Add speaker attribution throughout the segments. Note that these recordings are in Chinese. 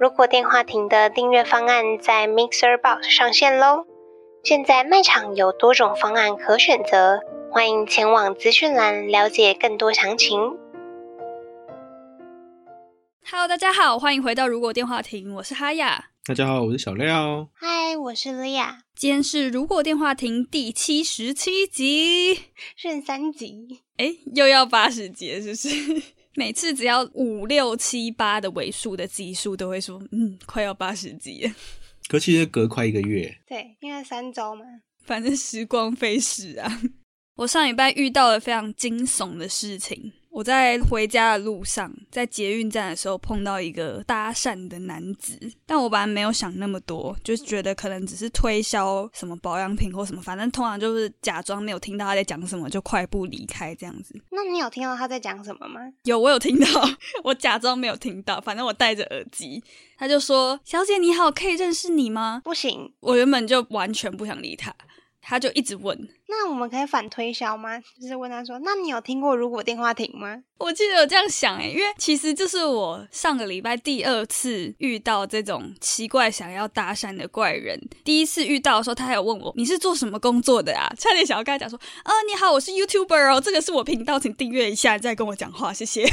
Speaker 1: 如果电话亭的订阅方案在 Mixer Box 上线喽。现在卖场有多种方案可选择，欢迎前往资讯栏了解更多详情。
Speaker 2: Hello，大家好，欢迎回到《如果电话亭》，我是哈雅。
Speaker 3: 大家好，我是小廖。
Speaker 1: 嗨，我是莉亚，
Speaker 2: 今天是《如果电话亭》第七十七集，
Speaker 1: 剩三集，
Speaker 2: 哎，又要八十节，是不是？ 每次只要五六七八的尾数的集数，都会说，嗯，快要八十集了，
Speaker 3: 可其实隔快一个月，
Speaker 1: 对，因为三周嘛。
Speaker 2: 反正时光飞逝啊。 我上礼拜遇到了非常惊悚的事情，我在回家的路上，在捷运站的时候碰到一个搭讪的男子，但我本来没有想那么多，就是觉得可能只是推销什么保养品或什么，反正通常就是假装没有听到他在讲什么，就快步离开这样子。
Speaker 1: 那你有听到他在讲什么吗？
Speaker 2: 有，我有听到， 我假装没有听到，反正我戴着耳机。他就说：“小姐你好，可以认识你吗
Speaker 1: 不行，？”
Speaker 2: 我原本就完全不想理他，他就一直问。
Speaker 1: 那我们可以反推销吗？就是问他说，那你有听过如果电话亭吗？
Speaker 2: 我记得有这样想诶、因为其实这是我上个礼拜第二次遇到这种奇怪想要搭讪的怪人。第一次遇到的时候，他还有问我你是做什么工作的啊？差点想要跟他讲说，啊、你好，我是 YouTuber 哦，这个是我频道，请订阅一下，再跟我讲话，谢谢。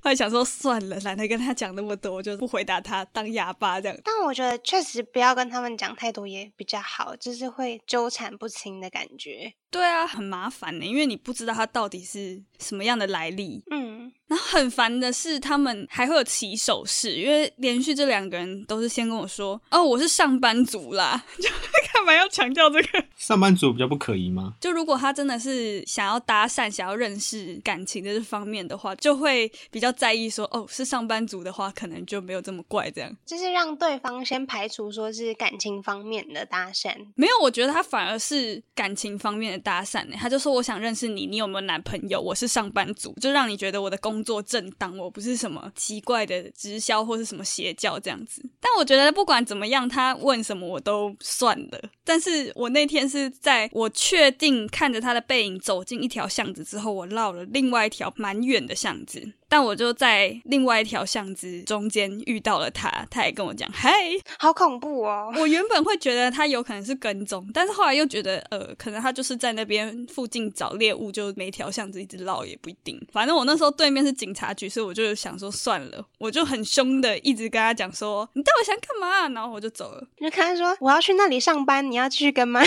Speaker 2: 后来想说算了，懒得跟他讲那么多，我就不回答他，当哑巴这样。
Speaker 1: 但我觉得确实不要跟他们讲太多也比较好，就是会纠缠不清的感觉。
Speaker 2: 对啊，很麻烦呢、因为你不知道他到底是什么样的来历，
Speaker 1: 嗯，
Speaker 2: 然后很烦的是，他们还会有起手式，因为连续这两个人都是先跟我说：“哦，我是上班族啦。” 就干嘛要强调这个？
Speaker 3: 上班族比较不可疑吗？
Speaker 2: 就如果他真的是想要搭讪、想要认识感情的这方面的话，就会比较在意说：“哦，是上班族的话，可能就没有这么怪。”这样
Speaker 1: 就是让对方先排除说是感情方面的搭讪。
Speaker 2: 没有，我觉得他反而是感情方面的搭讪呢、他就说：“我想认识你，你有没有男朋友？我是上班族，就让你觉得我的工作正当，我不是什么奇怪的直销或是什么邪教这样子。”但我觉得不管怎么样，他问什么我都算了。但是我那天是在我确定看着他的背影走进一条巷子之后，我绕了另外一条蛮远的巷子。但我就在另外一条巷子中间遇到了他，他也跟我讲嗨，
Speaker 1: 好恐怖哦！
Speaker 2: 我原本会觉得他有可能是跟踪，但是后来又觉得，呃，可能他就是在那边附近找猎物，就每条巷子一直绕也不一定。反正我那时候对面是警察局，所以我就想说算了， 我就很凶的一直跟他讲说，你到底想干嘛、然后我就走了。
Speaker 1: 就看他说我要去那里上班，你要继续跟吗？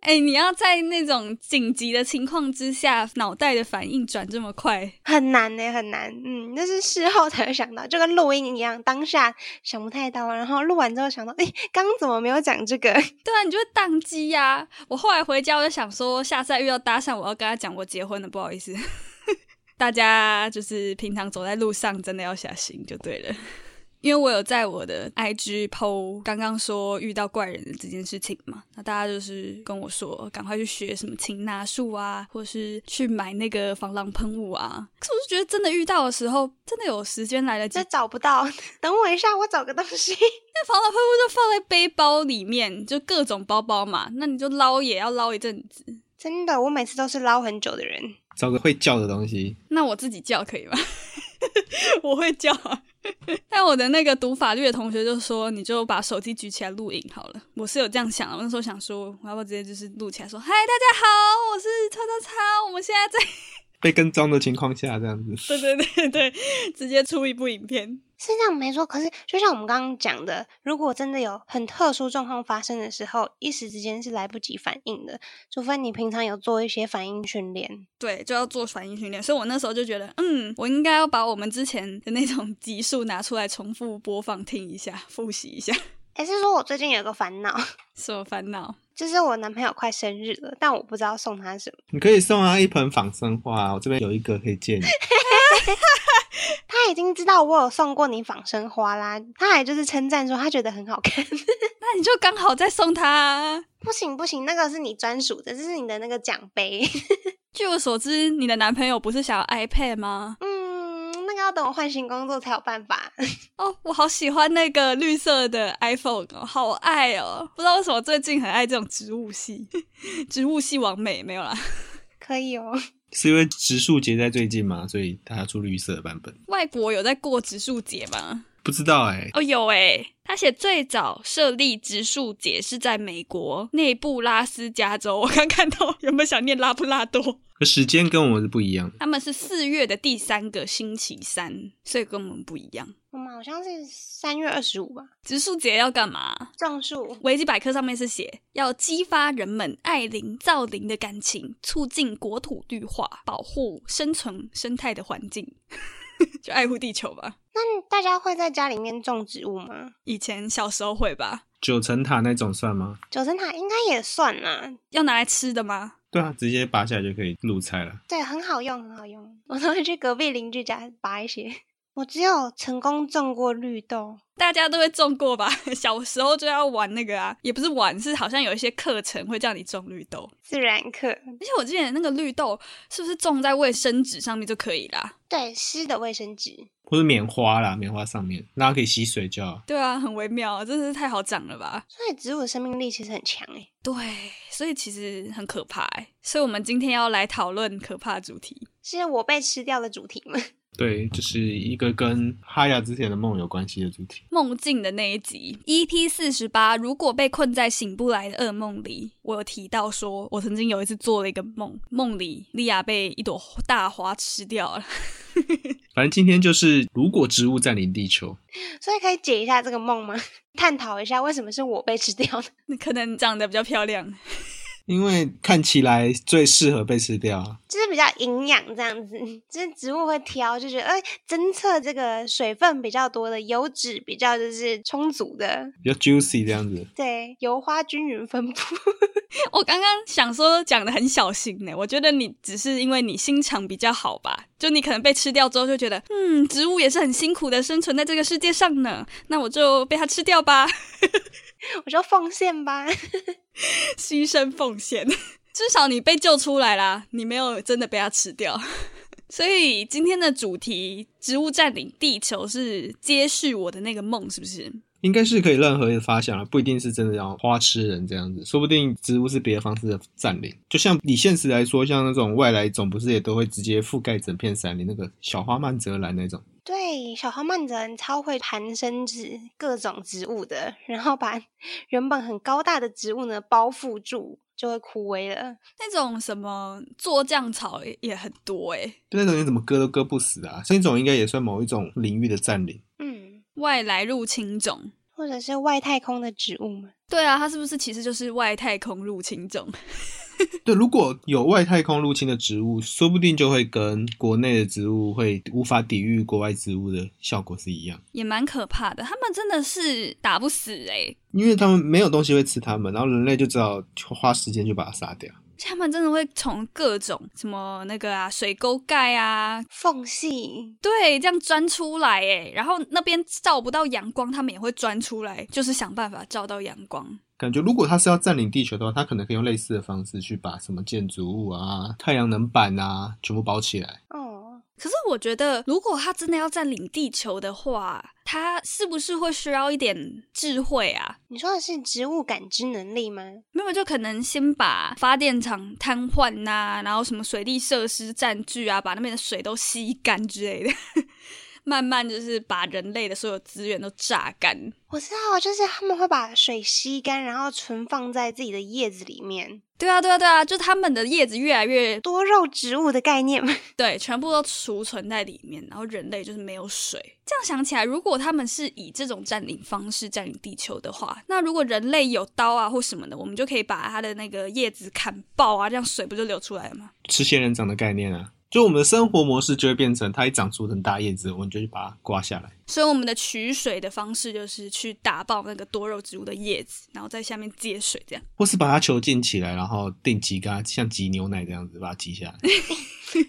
Speaker 2: 哎、你要在那种紧急的情况之下，脑袋的反应转这么快，
Speaker 1: 很难呢、很难。嗯，那是事后才会想到，就跟录音一样，当下想不太到，然后录完之后想到，哎、刚怎么没有讲这个？
Speaker 2: 对啊，你就会宕机呀、我后来回家，我就想说，下次再遇到搭讪，我要跟他讲我结婚了，不好意思。 大家就是平常走在路上，真的要小心就对了。因为我有在我的 IG PO 刚刚说遇到怪人的这件事情嘛，那大家就是跟我说，赶快去学什么擒拿术啊，或是去买那个防狼喷雾啊。可是我就觉得，真的遇到的时候，真的有时间来得及
Speaker 1: 这找不到， 等我一下，我找个东西。
Speaker 2: 那防老喷雾就放在背包里面，就各种包包嘛，那你就捞也要捞一阵子。
Speaker 1: 真的，我每次都是捞很久的人。
Speaker 3: 找个会叫的东西，
Speaker 2: 那我自己叫可以吗？ 我会叫 啊，但我的那个读法律的同学就说，你就把手机举起来录影好了。我是有这样想的，我那时候想说，我要不要直接就是录起来说，嗨，大家好，我是叉叉叉，我们现在在，。
Speaker 3: 被跟踪的情况下这样子
Speaker 2: 对对对对，直接出一部影片。
Speaker 1: 是这样没错，可是就像我们刚刚讲的，如果真的有很特殊状况发生的时候，一时之间是来不及反应的，除非你平常有做一些反应训练。
Speaker 2: 对，就要做反应训练，所以我那时候就觉得，嗯，我应该要把我们之前的那种集数拿出来重复播放听一下，复习一下。
Speaker 1: 还是说我最近有个烦恼，
Speaker 2: 什么烦恼？
Speaker 1: 就是我男朋友快生日了，但我不知道送他什么。
Speaker 3: 你可以送他一盆仿生花，我这边有一个可以借你。
Speaker 1: 他已经知道我有送过你仿生花啦，他还就是称赞说他觉得很好看。
Speaker 2: 那你就刚好再送他啊、
Speaker 1: 不行不行，那个是你专属的，这是你的那个奖杯。
Speaker 2: 据我所知，你的男朋友不是想要 iPad 吗？
Speaker 1: 嗯，那个要等我换新工作才有办法。
Speaker 2: 哦，我好喜欢那个绿色的 iPhone，哦好爱哦！不知道为什么最近很爱这种植物系， 植物系完美没有啦。
Speaker 1: 可以哦，
Speaker 3: 是因为植树节在最近嘛，所以他出绿色的版本。
Speaker 2: 外国有在过植树节吗？
Speaker 3: 不知道哎、
Speaker 2: 哦，有诶，他写最早设立植树节是在美国内布拉斯加州。我刚看到原本想念拉布拉多，
Speaker 3: 可时间跟我们是不一样的。
Speaker 2: 他们是四月的第三个星期三，所以跟我们不一样。
Speaker 1: 我们好像是三月二十五吧，
Speaker 2: 植树节要干嘛？
Speaker 1: 种树。
Speaker 2: 维基百科上面是写要激发人们爱林造林的感情，促进国土绿化，保护生存生态的环境， 就爱护地球吧。
Speaker 1: 那大家会在家里面种植物吗？
Speaker 2: 以前小时候会吧，
Speaker 3: 九层塔那种算吗？
Speaker 1: 九层塔应该也算啦，
Speaker 2: 要拿来吃的吗？
Speaker 3: 对啊，直接拔下来就可以入菜了。
Speaker 1: 对，很好用，很好用。 我都会去隔壁邻居家拔一些。 我只有成功种过绿豆，
Speaker 2: 大家都会种过吧？ 小时候就要玩那个啊，也不是玩，是好像有一些课程会叫你种绿豆，
Speaker 1: 自然课
Speaker 2: 而且我记得那个绿豆是不是种在卫生纸上面就可以啦？
Speaker 1: 对湿的卫生纸，
Speaker 3: 或是棉花啦，棉花上面，那它可以吸水就好。
Speaker 2: 对啊，很微妙，真的是太好长了吧？
Speaker 1: 所以植物的生命力其实很强欸诶、
Speaker 2: 对，所以其实很可怕哎，所以我们今天要来讨论可怕主题。
Speaker 1: 是我被吃掉的主题吗？
Speaker 3: 对，就是一个跟哈雅之前的梦有关系的主题。
Speaker 2: 梦境的那一集，EP 四十八，如果被困在醒不来的噩梦里，我有提到说，我曾经有一次做了一个梦，梦里莉亚被一朵大花吃掉了。
Speaker 3: 反正今天就是，如果植物占领地球，
Speaker 1: 所以可以解一下这个梦吗？ 探讨一下为什么是我被吃掉的？
Speaker 2: 那可能长得比较漂亮，
Speaker 3: 因为看起来最适合被吃掉啊。
Speaker 1: 就是比较营养这样子， 就是植物会挑，就觉得哎，侦测这个水分比较多的，油脂比较就是充足的，
Speaker 3: 比较 juicy 这样子。
Speaker 1: 对，油花均匀分布。
Speaker 2: 我刚刚想说讲的很小心呢，我觉得你只是因为你心肠比较好吧，就你可能被吃掉之后就觉得，嗯，植物也是很辛苦的生存在这个世界上呢，那我就被它吃掉吧。
Speaker 1: 我说奉献吧，
Speaker 2: 牺牲奉献， 至少你被救出来啦，你没有真的被它吃掉。 所以今天的主题“植物占领地球”是接续我的那个梦，是不是？
Speaker 3: 应该是可以任何一个发想了，啊不一定是真的要花痴人这样子，说不定植物是别的方式的占领。就像以现实来说，像那种外来种，不是也都会直接覆盖整片山林，那个小花曼泽兰那种，
Speaker 1: 对，小花曼泽人超会盘生植各种植物的，然后把原本很高大的植物呢包覆住，就会枯萎了。
Speaker 2: 那种什么做酱草也也很多欸诶、
Speaker 3: 就那种你怎么割都割不死啊。这种应该也算某一种领域的占领。
Speaker 1: 嗯，
Speaker 2: 外来入侵种。
Speaker 1: 或者是外太空的植物嘛，
Speaker 2: 对啊，它是不是其实就是外太空入侵种？
Speaker 3: 对，如果有外太空入侵的植物，说不定就会跟国内的植物会无法抵御国外植物的效果是一样。
Speaker 2: 也蛮可怕的。他们真的是打不死欸诶、
Speaker 3: 因为他们没有东西会吃它们，然后人类就只好花时间去把它杀掉。
Speaker 2: 他们真的会从各种什么那个啊水沟盖啊，
Speaker 1: 缝隙。
Speaker 2: 对，这样钻出来诶，然后那边照不到阳光，他们也会钻出来，就是想办法照到阳光。
Speaker 3: 感觉如果它是要占领地球的话，它可能可以用类似的方式去把什么建筑物啊、太阳能板啊全部包起来。
Speaker 1: 哦，
Speaker 2: 可是我觉得，如果他真的要占领地球的话，他是不是会需要一点智慧啊？
Speaker 1: 你说的是植物感知能力吗？
Speaker 2: 没有，就可能先把发电厂瘫痪呐、然后什么水利设施占据啊，把那边的水都吸干之类的， 慢慢就是把人类的所有资源都榨干。
Speaker 1: 我知道，啊就是他们会把水吸干，然后存放在自己的叶子里面，
Speaker 2: 对啊，对啊，对啊，就他们的叶子越来越
Speaker 1: 多肉植物的概念 嘛。
Speaker 2: 对，全部都储存在里面，然后人类就是没有水。这样想起来，如果他们是以这种占领方式占领地球的话，那如果人类有刀啊或什么的，我们就可以把它的那个叶子砍爆啊，这样水不就流出来了吗？
Speaker 3: 吃仙人掌的概念啊，就我们的生活模式就会变成，它一长出很大叶子，我们就去把它刮下来。
Speaker 2: 所以我们的取水的方式就是去打爆那个多肉植物的叶子，然后在下面接水，这样。
Speaker 3: 或是把它囚禁起来，然后定期跟它像挤牛奶这样子把它挤下来。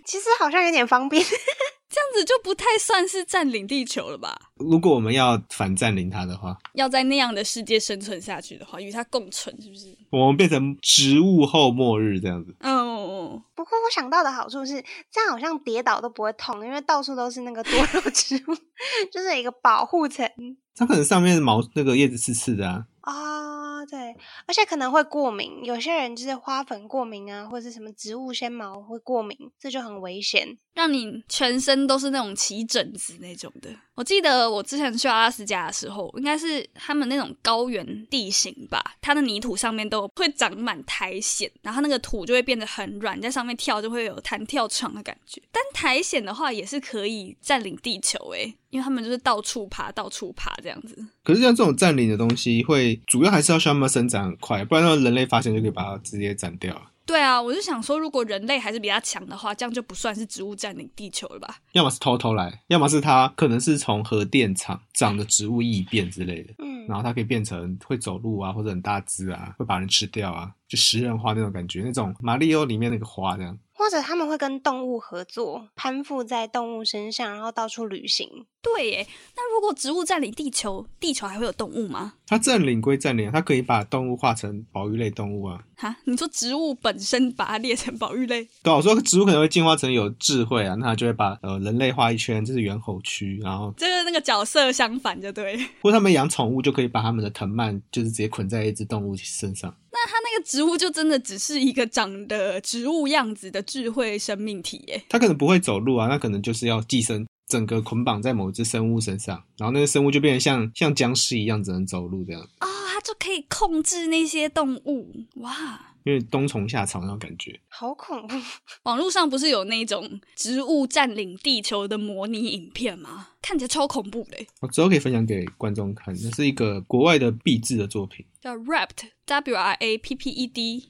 Speaker 1: 其实好像有点方便，
Speaker 2: 这样子就不太算是占领地球了吧？
Speaker 3: 如果我们要反占领它的话，
Speaker 2: 要在那样的世界生存下去的话，与它共存，是不是？
Speaker 3: 我们变成植物后末日这样子。
Speaker 2: 哦，
Speaker 1: 不过我想到的好处是，这样好像跌倒都不会痛，因为到处都是那个多肉植物， 就是有一个保护层
Speaker 3: 它可能上面的毛那个叶子刺刺的啊，
Speaker 1: 啊、对，而且可能会过敏，有些人就是花粉过敏啊，或者是什么植物纤毛会过敏，这就很危险。
Speaker 2: 让你全身都是那种起疹子那种的。我记得我之前去阿拉斯加的时候，应该是他们那种高原地形吧，它的泥土上面都有会长满苔藓，然后那个土就会变得很软，在上面跳就会有弹跳床的感觉。但苔藓的话也是可以占领地球诶、因为他们就是到处爬，到处爬这样子。
Speaker 3: 可是像这种占领的东西会，主要还是要需要它们生长很快，不然让人类发现就可以把它直接斩掉了。
Speaker 2: 对啊，我就想说，如果人类还是比较强的话，这样就不算是植物占领地球了吧？
Speaker 3: 要么是偷偷来，要么是它可能是从核电厂长的植物异变之类的，
Speaker 1: 嗯，
Speaker 3: 然后它可以变成会走路啊，或者很大只啊，会把人吃掉啊，就食人花那种感觉，那种马里奥里面那个花这样。
Speaker 1: 或者他们会跟动物合作，攀附在动物身上，然后到处旅行。
Speaker 2: 对耶，那如果植物占领地球，地球还会有动物吗？
Speaker 3: 它占领归占领，它可以把动物化成保育类动物啊。
Speaker 2: 哈，你说植物本身把它列成保育类，
Speaker 3: 对啊，我说植物可能会进化成有智慧啊，那它就会把呃人类画一圈，这是猿猴区，然后
Speaker 2: 这个那个角色相反就对。
Speaker 3: 或者他们养宠物就可以把它们的藤蔓就是直接捆在一只动物身上。
Speaker 2: 那 它那个植物就真的只是一个长得植物样子的智慧生命体耶。
Speaker 3: 它可能不会走路啊，那可能就是要寄生，整个捆绑在某一只生物身上，然后那个生物就变成像像僵尸一样只能走路这样，
Speaker 2: 哦，它就可以控制那些动物哇！
Speaker 3: 因为冬虫夏草那种感觉。
Speaker 1: 好恐怖！
Speaker 2: 网络上不是有那种植物占领地球的模拟影片吗？看起来超恐怖的耶，
Speaker 3: 哦我之后可以分享给观众看，那是一个国外的壁制的作品。
Speaker 2: 叫 Wrapped W R A P P E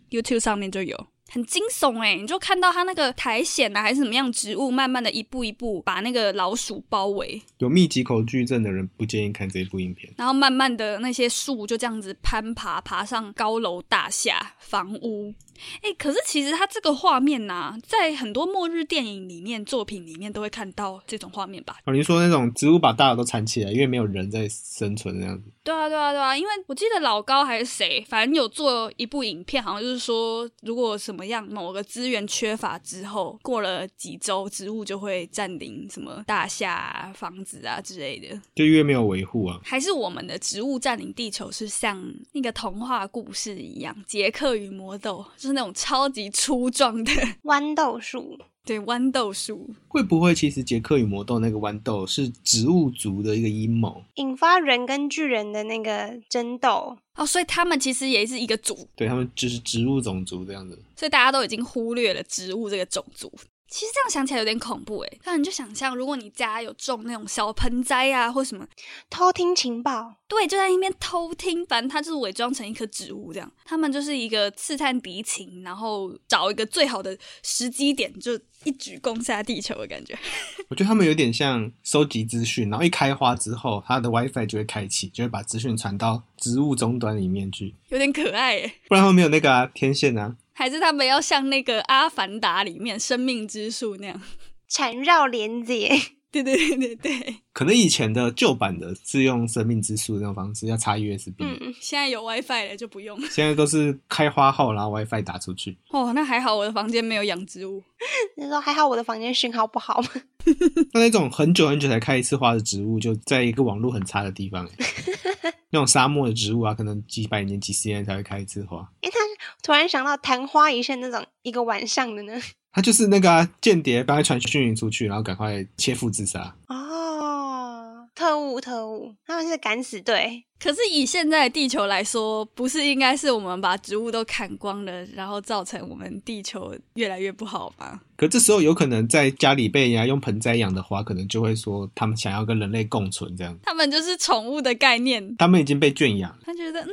Speaker 2: D，YouTube 上面就有。很惊悚哎、你就看到它那个苔藓啊，还是怎么样植物，慢慢的一步一步把那个老鼠包围，
Speaker 3: 有密集恐惧症的人不建议看这一部影片。
Speaker 2: 然后慢慢的那些树就这样子攀爬，爬上高楼大厦、房屋。哎，可是其实它这个画面呐、在很多末日电影里面、作品里面都会看到这种画面吧？
Speaker 3: 哦，你说那种植物把大家都缠起来，因为没有人在生存这样子。
Speaker 2: 对啊，对啊，对啊，因为我记得老高还是谁，反正有做一部影片，好像就是说，如果什么样某个资源缺乏之后，过了几周，植物就会占领什么大厦、啊、房子啊之类的。
Speaker 3: 就因为没有维护啊。
Speaker 2: 还是我们的植物占领地球是像那个童话故事一样，《杰克与魔豆》就是那种超级粗壮的，
Speaker 1: 豌豆树
Speaker 2: 对，豌豆树。
Speaker 3: 会不会其实杰克与魔豆那个豌豆是植物族的一个阴谋？
Speaker 1: 引发人跟巨人的那个争斗，
Speaker 2: 哦，所以他们其实也是一个族，
Speaker 3: 对他们就是植物种族这样子。
Speaker 2: 所以大家都已经忽略了植物这个种族。其实这样想起来有点恐怖诶，那你就想象，如果你家有种那种小盆栽啊，或什么，
Speaker 1: 偷听情报，
Speaker 2: 对，就在那边偷听，反正他就是伪装成一棵植物这样，他们就是一个刺探敌情，然后找一个最好的时机点，就一举攻下地球的感觉。
Speaker 3: 我觉得他们有点像收集资讯，然后一开花之后，它的 WiFi 就会开启，就会把资讯传到植物终端里面去。
Speaker 2: 有点可爱耶。
Speaker 3: 不然他们没有那个、啊、天线啊。
Speaker 2: 还是他们要像那个《阿凡达》里面生命之树那样？
Speaker 1: 缠绕连结。
Speaker 2: 对对对对对，
Speaker 3: 可能以前的旧版的是用生命之树那种方式，要插 USB，、
Speaker 1: 嗯，
Speaker 2: 现在有 WiFi 了就不用。
Speaker 3: 现在都是开花后，然后 WiFi 打出去。
Speaker 2: 哦，那还好我的房间没有养植物。
Speaker 1: 你说还好我的房间讯号不 好吗？
Speaker 3: 那那种很久很久才开一次花的植物，就在一个网络很差的地方、欸，那种沙漠的植物啊，可能几百年、几十年才会开一次花。
Speaker 1: 突然想到昙花一现那种一个晚上的呢。
Speaker 3: 它就是那个、啊、间谍，赶快传讯息出去，然后赶快切腹自杀。
Speaker 1: 哦，特务特务，他们是敢死队，
Speaker 2: 可是以现在的地球来说，不是应该是我们把植物都砍光了，然后造成我们地球越来越不好吗？
Speaker 3: 可这时候有可能在家里被人家用盆栽养的花，可能就会说他们想要跟人类共存这样。
Speaker 2: 他们就是宠物的概念，
Speaker 3: 他们已经被圈养，
Speaker 2: 他觉得嗯。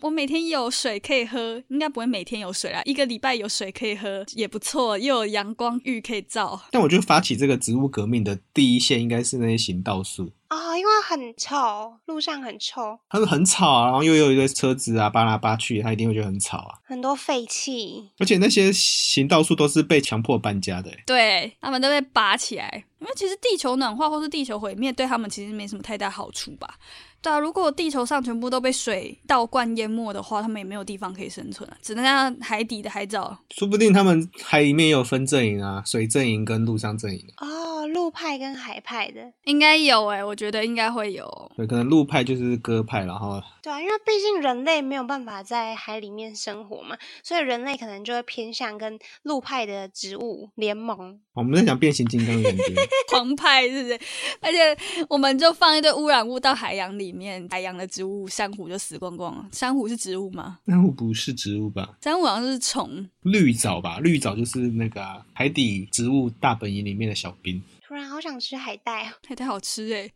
Speaker 2: 我每天有水可以喝，应该不会每天有水啦，一个礼拜有水可以喝也不错，又有阳光浴可以照。
Speaker 3: 但我觉得发起这个植物革命的第一线应该是那些行道树，
Speaker 1: 啊、因为很臭，路上很臭，
Speaker 3: 它是很吵啊，然后又有一堆车子啊扒来扒去，它一定会觉得很吵啊。
Speaker 1: 很多废气。
Speaker 3: 而且那些行道树都是被强迫搬家的、欸，
Speaker 2: 对他们都被拔起来，因为其实地球暖化或是地球毁灭对他们其实没什么太大好处吧。对啊，如果地球上全部都被水倒灌淹没的话，他们也没有地方可以生存了、啊只能像海底的海藻。
Speaker 3: 说不定他们海里面也有分阵营啊，水阵营跟陆上阵营。啊
Speaker 1: 哦，陆派跟海派的，
Speaker 2: 应该有诶、我觉得应该会有。
Speaker 3: 对，可能陆派就是鸽派，然后
Speaker 1: 对啊，因为毕竟人类没有办法在海里面生活嘛，所以人类可能就会偏向跟陆派的植物联盟。
Speaker 3: 我们在讲变形金刚的感觉，
Speaker 2: 狂派是不是？而且我们就放一堆污染物到海洋里面，海洋的植物珊瑚就死光光了。珊瑚是植物吗？
Speaker 3: 那我不是植物吧？
Speaker 2: 珊瑚好像是虫，
Speaker 3: 绿藻吧，绿藻就是那个啊、海底植物大本营里面的小兵。
Speaker 1: 突然好想吃海带哦，
Speaker 2: 海带好吃欸诶、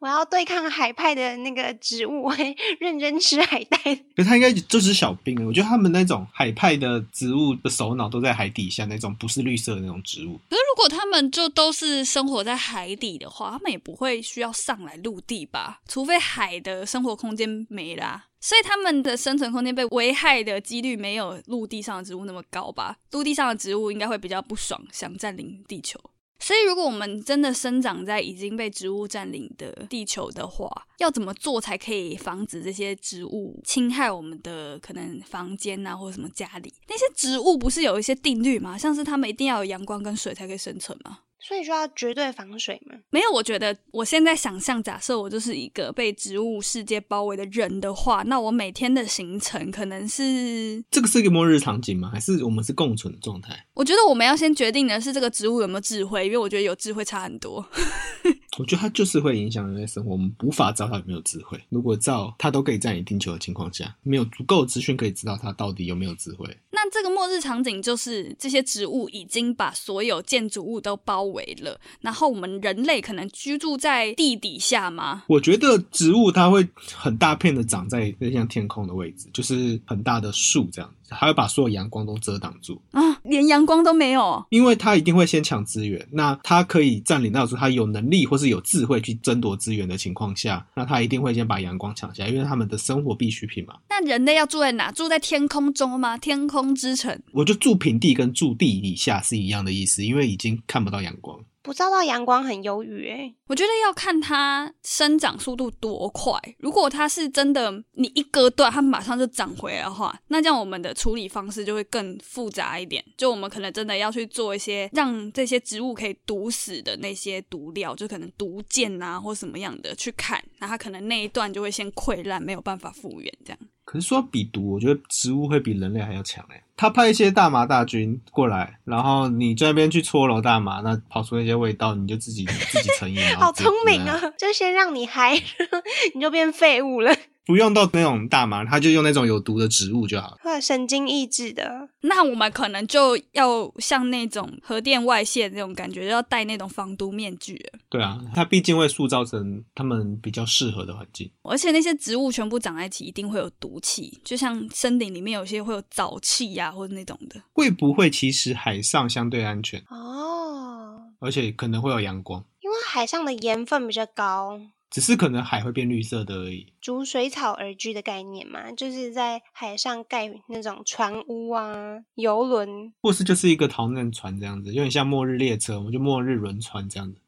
Speaker 1: 我要对抗海派的那个植物，嘿 认真吃海带。
Speaker 3: 可是它应该就是小兵啊了。我觉得他们那种海派的植物的首脑都在海底下那种，不是绿色的那种植物。
Speaker 2: 可是如果他们就都是生活在海底的话，他们也不会需要上来陆地吧？除非海的生活空间没啦。所以他们的生存空间被危害的几率没有陆地上的植物那么高吧？陆地上的植物应该会比较不爽，想占领地球。所以，如果我们真的生长在已经被植物占领的地球的话，要怎么做才可以防止这些植物侵害我们的可能房间啊，或者什么家里？那些植物不是有一些定律吗？像是它们一定要有阳光跟水才可以生存吗？
Speaker 1: 所以说要绝对防水嘛。
Speaker 2: 没有，我觉得我现在想象，假设我就是一个被植物世界包围的人的话，那我每天的行程可能是，
Speaker 3: 这个是一个末日场景吗？还是我们是共存的状态？
Speaker 2: 我觉得我们要先决定的是这个植物有没有智慧，因为我觉得有智慧差很多。
Speaker 3: 我觉得它就是会影响人类生活，我们无法知道它有没有智慧。如果照它都可以占领地球的情况下，没有足够的资讯可以知道它到底有没有智慧。
Speaker 2: 那这个末日场景就是这些植物已经把所有建筑物都包围了，然后我们人类可能居住在地底下吗？
Speaker 3: 我觉得植物它会很大片的长在那像天空的位置，就是很大的树这样，它会把所有阳光都遮挡住，
Speaker 2: 啊，连阳光都没有。
Speaker 3: 因为它一定会先抢资源。那它可以占领到说它有能力或是有智慧去争夺资源的情况下，那它一定会先把阳光抢下来，因为他们的生活必需品嘛。
Speaker 2: 那人类要住在哪？住在天空中吗？天空之城。
Speaker 3: 我就住平地跟住地底下是一样的意思，因为已经看不到阳光。
Speaker 1: 不照到阳光很忧郁欸诶，
Speaker 2: 我觉得要看它生长速度多快。如果它是真的，你一割断它马上就长回来的话，那这样我们的处理方式就会更复杂一点。就我们可能真的要去做一些让这些植物可以毒死的那些毒料，就可能毒箭啊或什么样的去砍，那它可能那一段就会先溃烂，没有办法复原。这样
Speaker 3: 可是说到比毒，我觉得植物会比人类还要强哎、欸。他派一些大麻大军过来，然后你在那边去搓揉大麻，那跑出那些味道，你就自己自己 成瘾。然后
Speaker 1: 好
Speaker 3: 自己
Speaker 1: 聪明
Speaker 3: 自己来！
Speaker 1: 啊！就先让你嗨， 你就变废物了，
Speaker 3: 不用到那种大麻，他就用那种有毒的植物就好了。
Speaker 1: 或者神经抑制的。
Speaker 2: 那我们可能就要像那种核电外泄那种感觉，就要戴那种防毒面具了。
Speaker 3: 对啊，它毕竟会塑造成他们比较适合的环境。
Speaker 2: 而且那些植物全部长在一起，一定会有毒气，就像森林里面有些会有沼气呀、或者那种的。
Speaker 3: 会不会其实海上相对安全，
Speaker 1: 哦，
Speaker 3: 而且可能会有阳光，
Speaker 1: 因为海上的盐分比较高，
Speaker 3: 只是可能海会变绿色的而已。
Speaker 1: 逐水草而居的概念嘛，就是在海上盖那种船屋啊、游轮。
Speaker 3: 或是就是一个逃难船这样子，有点像末日列车，我们就末日轮船这样子，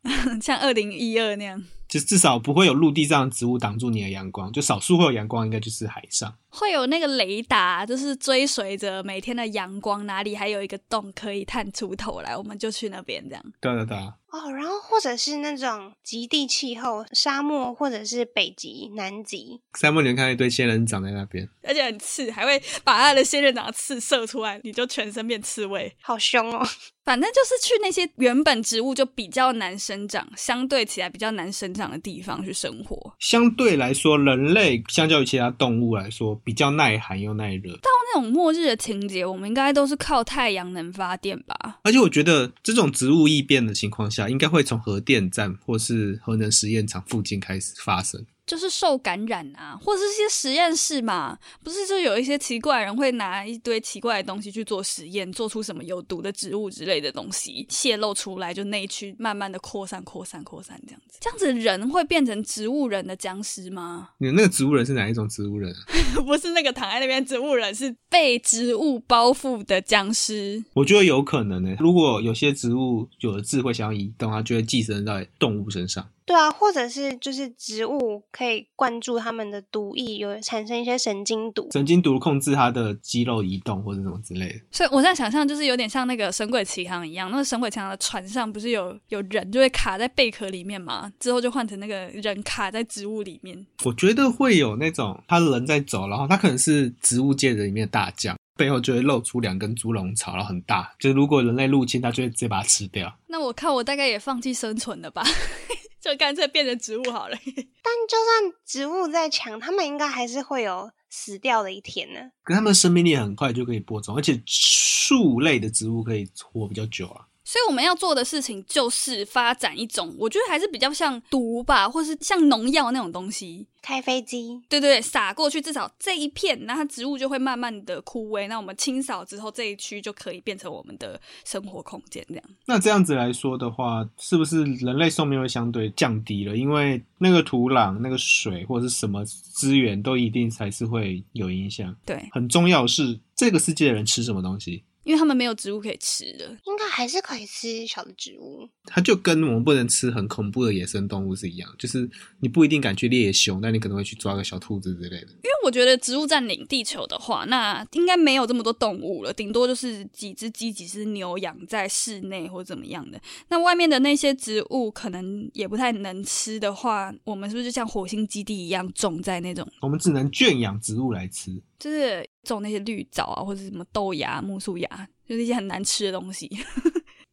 Speaker 2: 像二零一二那样，
Speaker 3: 就至少不会有陆地上的植物挡住你的阳光，就少数会有阳光，应该就是海上。
Speaker 2: 会有那个雷达，就是追随着每天的阳光，哪里还有一个洞可以探出头来，我们就去那边这样。
Speaker 3: 对啊对啊对啊，
Speaker 1: 哦，然后或者是那种极地气候，沙漠或者是北极、南极，
Speaker 3: 三木园看到一堆仙人掌在那边，
Speaker 2: 而且很刺，还会把它的仙人掌的刺射出来，你就全身变刺猬。
Speaker 1: 好凶哦！
Speaker 2: 反正就是去那些原本植物就比较难生长，相对起来比较难生长的地方去生活。
Speaker 3: 相对来说，人类相较于其他动物来说，比较耐寒又耐热。
Speaker 2: 那种末日的情节，我们应该都是靠太阳能发电吧？
Speaker 3: 而且我觉得这种植物异变的情况下，应该会从核电站或是核能实验场附近开始发生。
Speaker 2: 就是受感染啊，或者是一些实验室嘛，不是就有一些奇怪的人会拿一堆奇怪的东西去做实验，做出什么有毒的植物之类的东西泄露出来，就那一区慢慢的扩散、扩散、扩散这样子。这样子人会变成植物人的僵尸吗？
Speaker 3: 你那个植物人是哪一种植物人啊？
Speaker 2: 不是那个躺在那边植物人，是被植物包覆的僵尸。
Speaker 3: 我觉得有可能呢、如果有些植物有了智慧想要移动，它就会寄生在动物身上。
Speaker 1: 对啊，或者是就是植物可以灌注它们的毒液，有产生一些神经毒。
Speaker 3: 神经毒控制它的肌肉移动或者什么之类的。
Speaker 2: 所以我现在想象就是有点像那个《神鬼奇航》一样，那个《神鬼奇航》的船上不是有有人就会卡在贝壳里面嘛，之后就换成那个人卡在植物里面。
Speaker 3: 我觉得会有那种他人在走，然后他可能是植物界的里面的大将，背后就会露出两根猪笼草，然后很大。就是如果人类入侵，它就会直接把它吃掉。
Speaker 2: 那我看我大概也放弃生存了吧， 就干脆变成植物好了。
Speaker 1: 但就算植物再强，它们应该还是会有死掉的一天呢。
Speaker 3: 可它们的生命力很快就可以播种，而且树类的植物可以活比较久啊。
Speaker 2: 所以我们要做的事情就是发展一种，我觉得还是比较像毒吧，或是像农药那种东西。
Speaker 1: 开飞机，
Speaker 2: 对对，对撒过去，至少这一片，那它植物就会慢慢的枯萎。那我们清扫之后，这一区就可以变成我们的生活空间，这样。
Speaker 3: 那这样子来说的话，是不是人类寿命会相对降低了？因为那个土壤、那个水或者是什么资源，都一定还是会有影响。
Speaker 2: 对，
Speaker 3: 很重要的是这个世界的人吃什么东西，
Speaker 2: 因为他们没有植物可以吃了。
Speaker 1: 应该还是可以吃小的植物。
Speaker 3: 它就跟我们不能吃很恐怖的野生动物是一样，就是你不一定敢去猎熊，但你可能会去抓个小兔子之类的。
Speaker 2: 因为我觉得植物占领地球的话，那应该没有这么多动物了，顶多就是几只鸡、几只牛养在室内或怎么样的。那外面的那些植物可能也不太能吃的话，我们是不是就像火星基地一样种在那种，
Speaker 3: 我们只能圈养植物来吃。
Speaker 2: 就是种那些绿藻啊，或者什么豆芽、木薯芽， 就是一些很难吃的东西。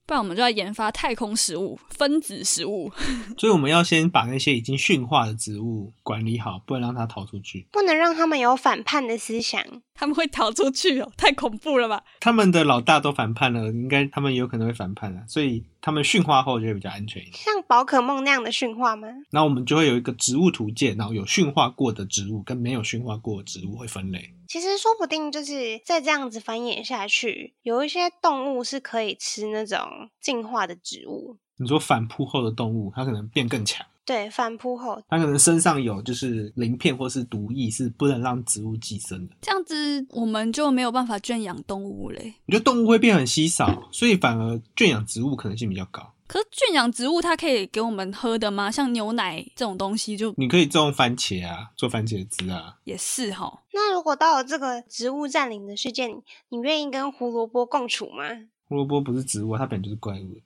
Speaker 2: 不然我们就要研发太空食物、分子食物。
Speaker 3: 所以我们要先把那些已经驯化的植物管理好，不能让它逃出去。
Speaker 1: 不能让他们有反叛的思想。
Speaker 2: 他们会逃出去哦，太恐怖了吧！
Speaker 3: 他们的老大都反叛了，应该他们有可能会反叛啊，所以他们驯化后就会比较安全一点。
Speaker 1: 像宝可梦那样的驯化吗？
Speaker 3: 然后我们就会有一个植物图鉴，然后有驯化过的植物跟没有驯化过的植物会分类。
Speaker 1: 其实说不定就是再这样子繁衍下去，有一些动物是可以吃那种进化的植物。
Speaker 3: 你说反扑后的动物，它可能变更强，
Speaker 1: 对，反扑后
Speaker 3: 它可能身上有就是鳞片或是毒液，是不能让植物寄生的。
Speaker 2: 这样子我们就没有办法圈养动物嘞。
Speaker 3: 我觉得动物会变很稀少，所以反而圈养植物可能性比较高。
Speaker 2: 可是圈养植物，它可以给我们喝的吗？像牛奶这种东西，就
Speaker 3: 你可以种番茄啊，做番茄汁啊，
Speaker 2: 也是哈。
Speaker 1: 那如果到了这个植物占领的世界，你你愿意跟胡萝卜共处吗？
Speaker 3: 胡萝卜不是植物啊，它本来就是怪物。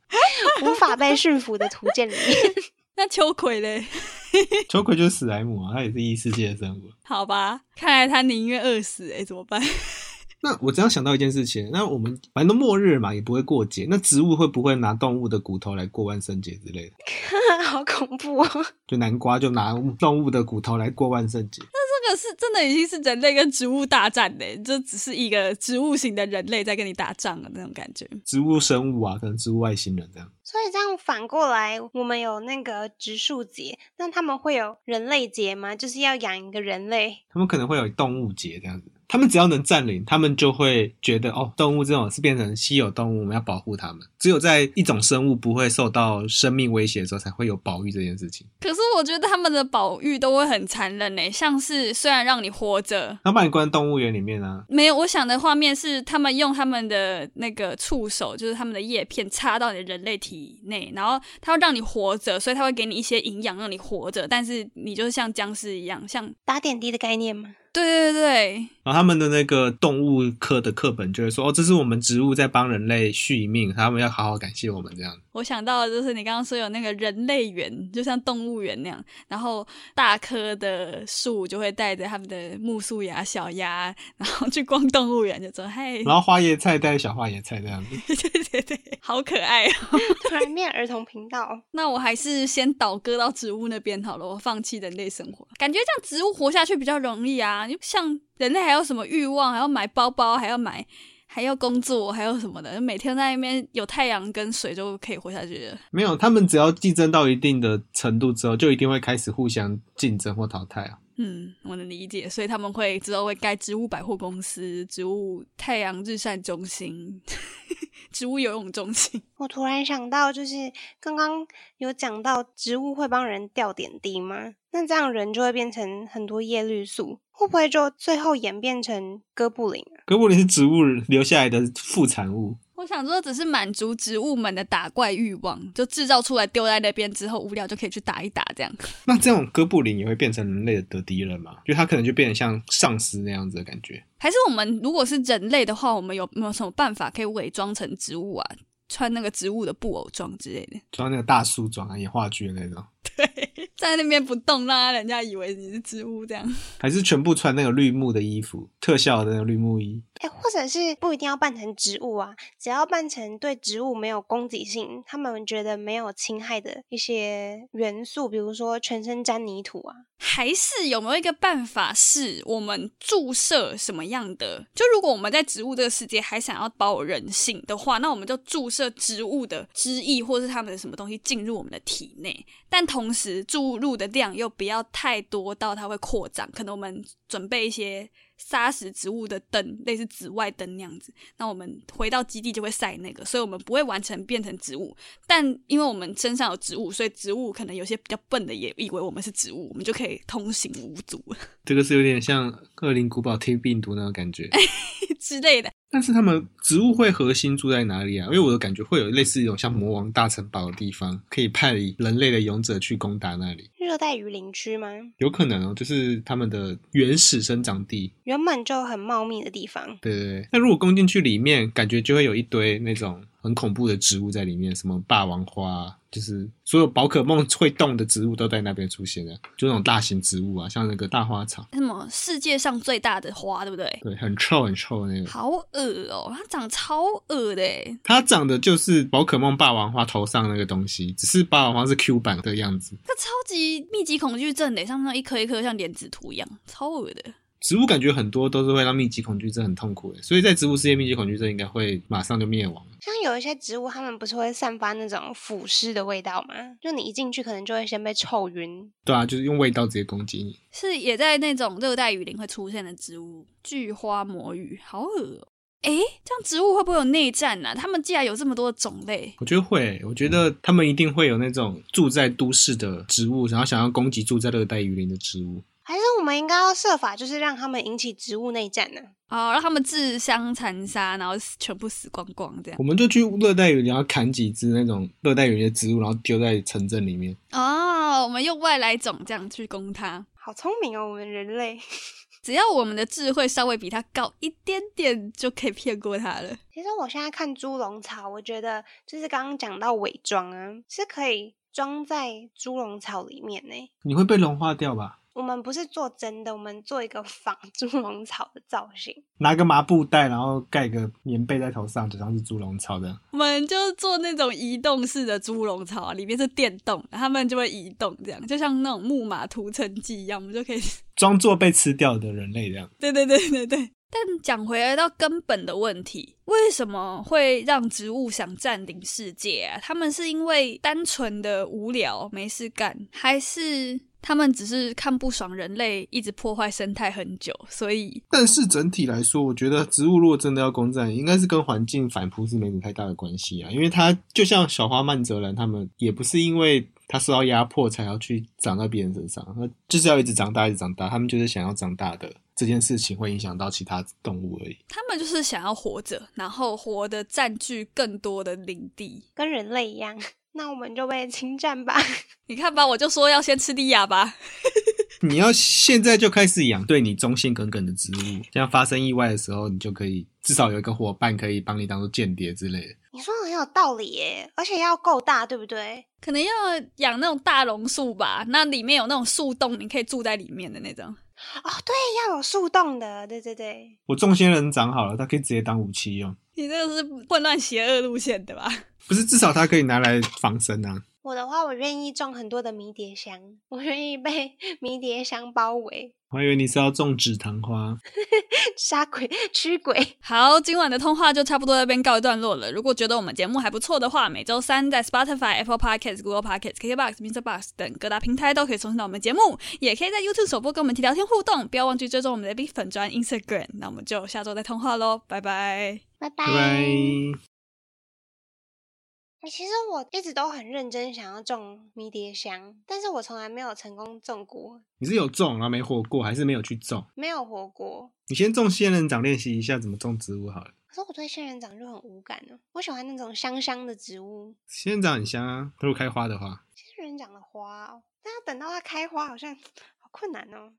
Speaker 1: 无法被驯服的图鉴里面，
Speaker 2: 那秋葵嘞？
Speaker 3: 球葵就是史莱姆啊，它也是异世界的生物。啊
Speaker 2: 好吧，看来他宁愿饿死哎、怎么 办？
Speaker 3: 那我这样想到一件事情，那我们反正都末日嘛，也不会过节，那植物会不会拿动物的骨头来过万圣节之类的？
Speaker 1: 好恐怖哦！
Speaker 3: 就南瓜就拿动物的骨头来过万圣节，
Speaker 2: 这个是真的已经是人类跟植物大战嘞，这只是一个植物型的人类在跟你打仗的那种感觉。
Speaker 3: 植物生物啊，可能植物外星人这样。
Speaker 1: 所以这样反过来，我们有那个植树节，那他们会有人类节吗？就是要养一个人类，
Speaker 3: 他们可能会有动物节这样子。他们只要能占领，他们就会觉得哦，动物这种是变成稀有动物，我们要保护它们。只有在一种生物不会受到生命威胁的时候，才会有保育这件事情。
Speaker 2: 可是我觉得他们的保育都会很残忍嘞，像是虽然让你活着，
Speaker 3: 那把你关在动物园里面啊，
Speaker 2: 没有我想的画面是他们用他们的那个触手，就是他们的叶片插到你的人类体内，然后它会让你活着，所以它会给你一些营养让你活着，但是你就像僵尸一样，像
Speaker 1: 打点滴的概念吗？
Speaker 2: 对对对，
Speaker 3: 然后他们的那个动物科的课本就会说，哦，这是我们植物在帮人类续命，他们要好好感谢我们这样。
Speaker 2: 我想到的就是你刚刚说有那个人类园，就像动物园那样，然后大棵的树就会带着他们的木树芽、小芽，然后去逛动物园，就说嗨，
Speaker 3: 然后花椰菜带小花椰菜这样子，
Speaker 2: 对对对，好可爱哦。
Speaker 1: 突然变儿童频道，哦
Speaker 2: 那我还是先倒戈到植物那边好了，我放弃人类生活，感觉这样植物活下去比较容易啊。就像人类还有什么欲望，还要买包包，还要买。还要工作，还要什么的，每天在那边有太阳跟水就可以活下去了。
Speaker 3: 没有，他们只要竞争到一定的程度之后，就一定会开始互相竞争或淘汰啊。
Speaker 2: 嗯，我能理解，所以他们会之后会盖植物百货公司、植物太阳日晒中心、 植物游泳中心。
Speaker 1: 我突然想到，就是刚刚有讲到植物会帮人掉点滴吗？那这样人就会变成很多叶绿素，会不会就最后演变成哥布林啊？
Speaker 3: 哥布林是植物留下来的副产物，
Speaker 2: 我想说，只是满足植物们的打怪欲望，就制造出来丢在那边之后，无聊就可以去打一打这样。
Speaker 3: 那这种哥布林也会变成人类的得敌人嘛？就它可能就变得像丧尸那样子的感觉。
Speaker 2: 还是我们如果是人类的话，我们有没有什么办法可以伪装成植物啊？穿那个植物的布偶装之类的，
Speaker 3: 穿那个大树装啊，演话剧的那种，
Speaker 2: 在那边不动，让人家以为你是植物这样。
Speaker 3: 还是全部穿那个绿幕的衣服，特效的那个绿幕衣。
Speaker 1: 哎，或者是不一定要扮成植物啊，只要扮成对植物没有攻击性，他们觉得没有侵害的一些元素，比如说全身沾泥土啊，
Speaker 2: 还是有没有一个办法，是我们注射什么样的？就如果我们在植物这个世界还想要保有人性的话，那我们就注射植物的汁液或是它们的什么东西进入我们的体内，但同时注入的量又不要太多到它会扩张。可能我们准备一些杀死植物的灯，类似紫外灯那样子。那我们回到基地就会晒那个，所以我们不会完全变成植物，但因为我们身上有植物，所以植物可能有些比较笨的也以为我们是植物，我们就可以通行无阻
Speaker 3: 这个是有点像《恶灵古堡》听病毒那种感觉。
Speaker 2: 之类的。
Speaker 3: 但是他们植物会核心住在哪里啊？因为我的感觉会有类似一种像魔王大城堡的地方，可以派人类的勇者去攻打那里，
Speaker 1: 热带雨林区吗？
Speaker 3: 有可能哦，就是他们的原始生长地。
Speaker 1: 原本就很茂密的地方，
Speaker 3: 对对对。那如果攻进去里面，感觉就会有一堆那种很恐怖的植物在里面，什么霸王花、啊，就是所有宝可梦会动的植物都在那边出现的，就那种大型植物啊，像那个大花草，
Speaker 2: 什么世界上最大的花，对不对？
Speaker 3: 对，很臭很臭的那个。
Speaker 2: 好恶哦、它长超恶的欸诶
Speaker 3: 它长的就是宝可梦霸王花头上那个东西，只是霸王花是 Q 版的样子。
Speaker 2: 它超级密集恐惧症的，上面一颗一颗像莲子图一样，超恶的。
Speaker 3: 植物感觉很多都是会让密集恐惧症很痛苦的，所以在植物世界，密集恐惧症应该会马上就灭亡。
Speaker 1: 像有一些植物，它们不是会散发那种腐尸的味道吗？就你一进去，可能就会先被臭晕。
Speaker 3: 对啊，就是用味道直接攻击你。
Speaker 2: 是也在那种热带雨林会出现的植物，巨花魔芋，好恶哦、诶，这样植物会不会有内战啊？它们既然有这么多的种类，
Speaker 3: 我觉得会，我觉得他们一定会有那种住在都市的植物，然后想要攻击住在热带雨林的植物。
Speaker 1: 还是我们应该要设法，就是让它们引起植物内战呢、
Speaker 2: 哦，让他们自相残杀，然后全部死光光这样
Speaker 3: 我。们就去热带雨林，然后砍几只那种热带雨林的植物，然后丢在城镇里面。
Speaker 2: 哦，我们用外来种这样去攻它，
Speaker 1: 好聪明哦，我们人类。
Speaker 2: 只要我们的智慧稍微比它高一点点，就可以骗过它了。
Speaker 1: 其实我现在看猪笼草，我觉得就是刚刚讲到伪装啊，是可以装在猪笼草里面呢、
Speaker 3: 你会被融化掉吧？
Speaker 1: 我们不是做真的，我们做一个仿 猪笼草的造型。
Speaker 3: 拿个麻布袋，然后盖个棉被在头上，就像是猪笼草这样。
Speaker 2: 我们就做那种移动式的猪笼草啊，里面是电动的，它们就会移动，这样就像那种木马屠城记一样，我们就可以。
Speaker 3: 装作被吃掉的人类这样。
Speaker 2: 对对对对对。但讲回来到根本的问题，为什么会让植物想占领世界啊？他们是因为单纯的无聊没事干，还是他们只是看不爽人类一直破坏生态很久，所以
Speaker 3: 但是整体来说，我觉得植物如果真的要攻占，应该是跟环境反扑是没什么太大的关系啊，因为它就像小花曼泽兰他们，也不是因为它受到压迫才要去长在别人身上，它就是要一直长大，一直长大，他们就是想要长大的这件事情会影响到其他动物而已。
Speaker 2: 他们就是想要活着，然后活的占据更多的领地。
Speaker 1: 跟人类一样， 那我们就被侵占吧。
Speaker 2: 你看吧，我就说要先吃地亚吧。
Speaker 3: 你要现在就开始养对你忠心耿耿的植物，这样发生意外的时候，你就可以至少有一个伙伴可以帮你当做间谍之类的。
Speaker 1: 你说的很有道理耶，而且要够大，对不对？
Speaker 2: 可能要养那种大榕树吧，那里面有那种树洞，你可以住在里面的那种。
Speaker 1: 哦，对，要有树洞的，对对对。
Speaker 3: 我种仙人掌好了，它可以直接当武器用，
Speaker 2: 你这个是混乱邪恶路线的吧？
Speaker 3: 不是至少它可以拿来防身啊。
Speaker 1: 我的话，我愿意种很多的迷迭香，我愿意被 迷迭香包围，
Speaker 3: 我还以为你是要种紫昙花，
Speaker 1: 杀鬼、驱鬼。
Speaker 2: 好，今晚的通话就差不多在这边告一段落了。如果觉得我们节目还不错的话，每周三在 Spotify、Apple Podcasts、Google Podcasts、KKBox、Mr. Box 等各大平台都可以收听到我们节目，也可以在 YouTube 首播跟我们提聊天互动。不要忘记追踪我们的 B 粉专 Instagram。那我们就下周再通话喽，拜拜。
Speaker 4: 拜拜
Speaker 3: 拜拜。
Speaker 1: 其实我一直都很认真想要种迷迭香，但是我从来没有成功种过，
Speaker 3: 你是有种然后没活过，还是没有去种？
Speaker 1: 没有活过。
Speaker 3: 你先种仙人掌练习一下怎么种植物好了。
Speaker 1: 可是我对仙人掌就很无感呢、我喜欢那种香香的植物，
Speaker 3: 仙人掌很香啊，如果开花的话。
Speaker 1: 仙人掌的花、哦，但要等到它开花好像好困难哦。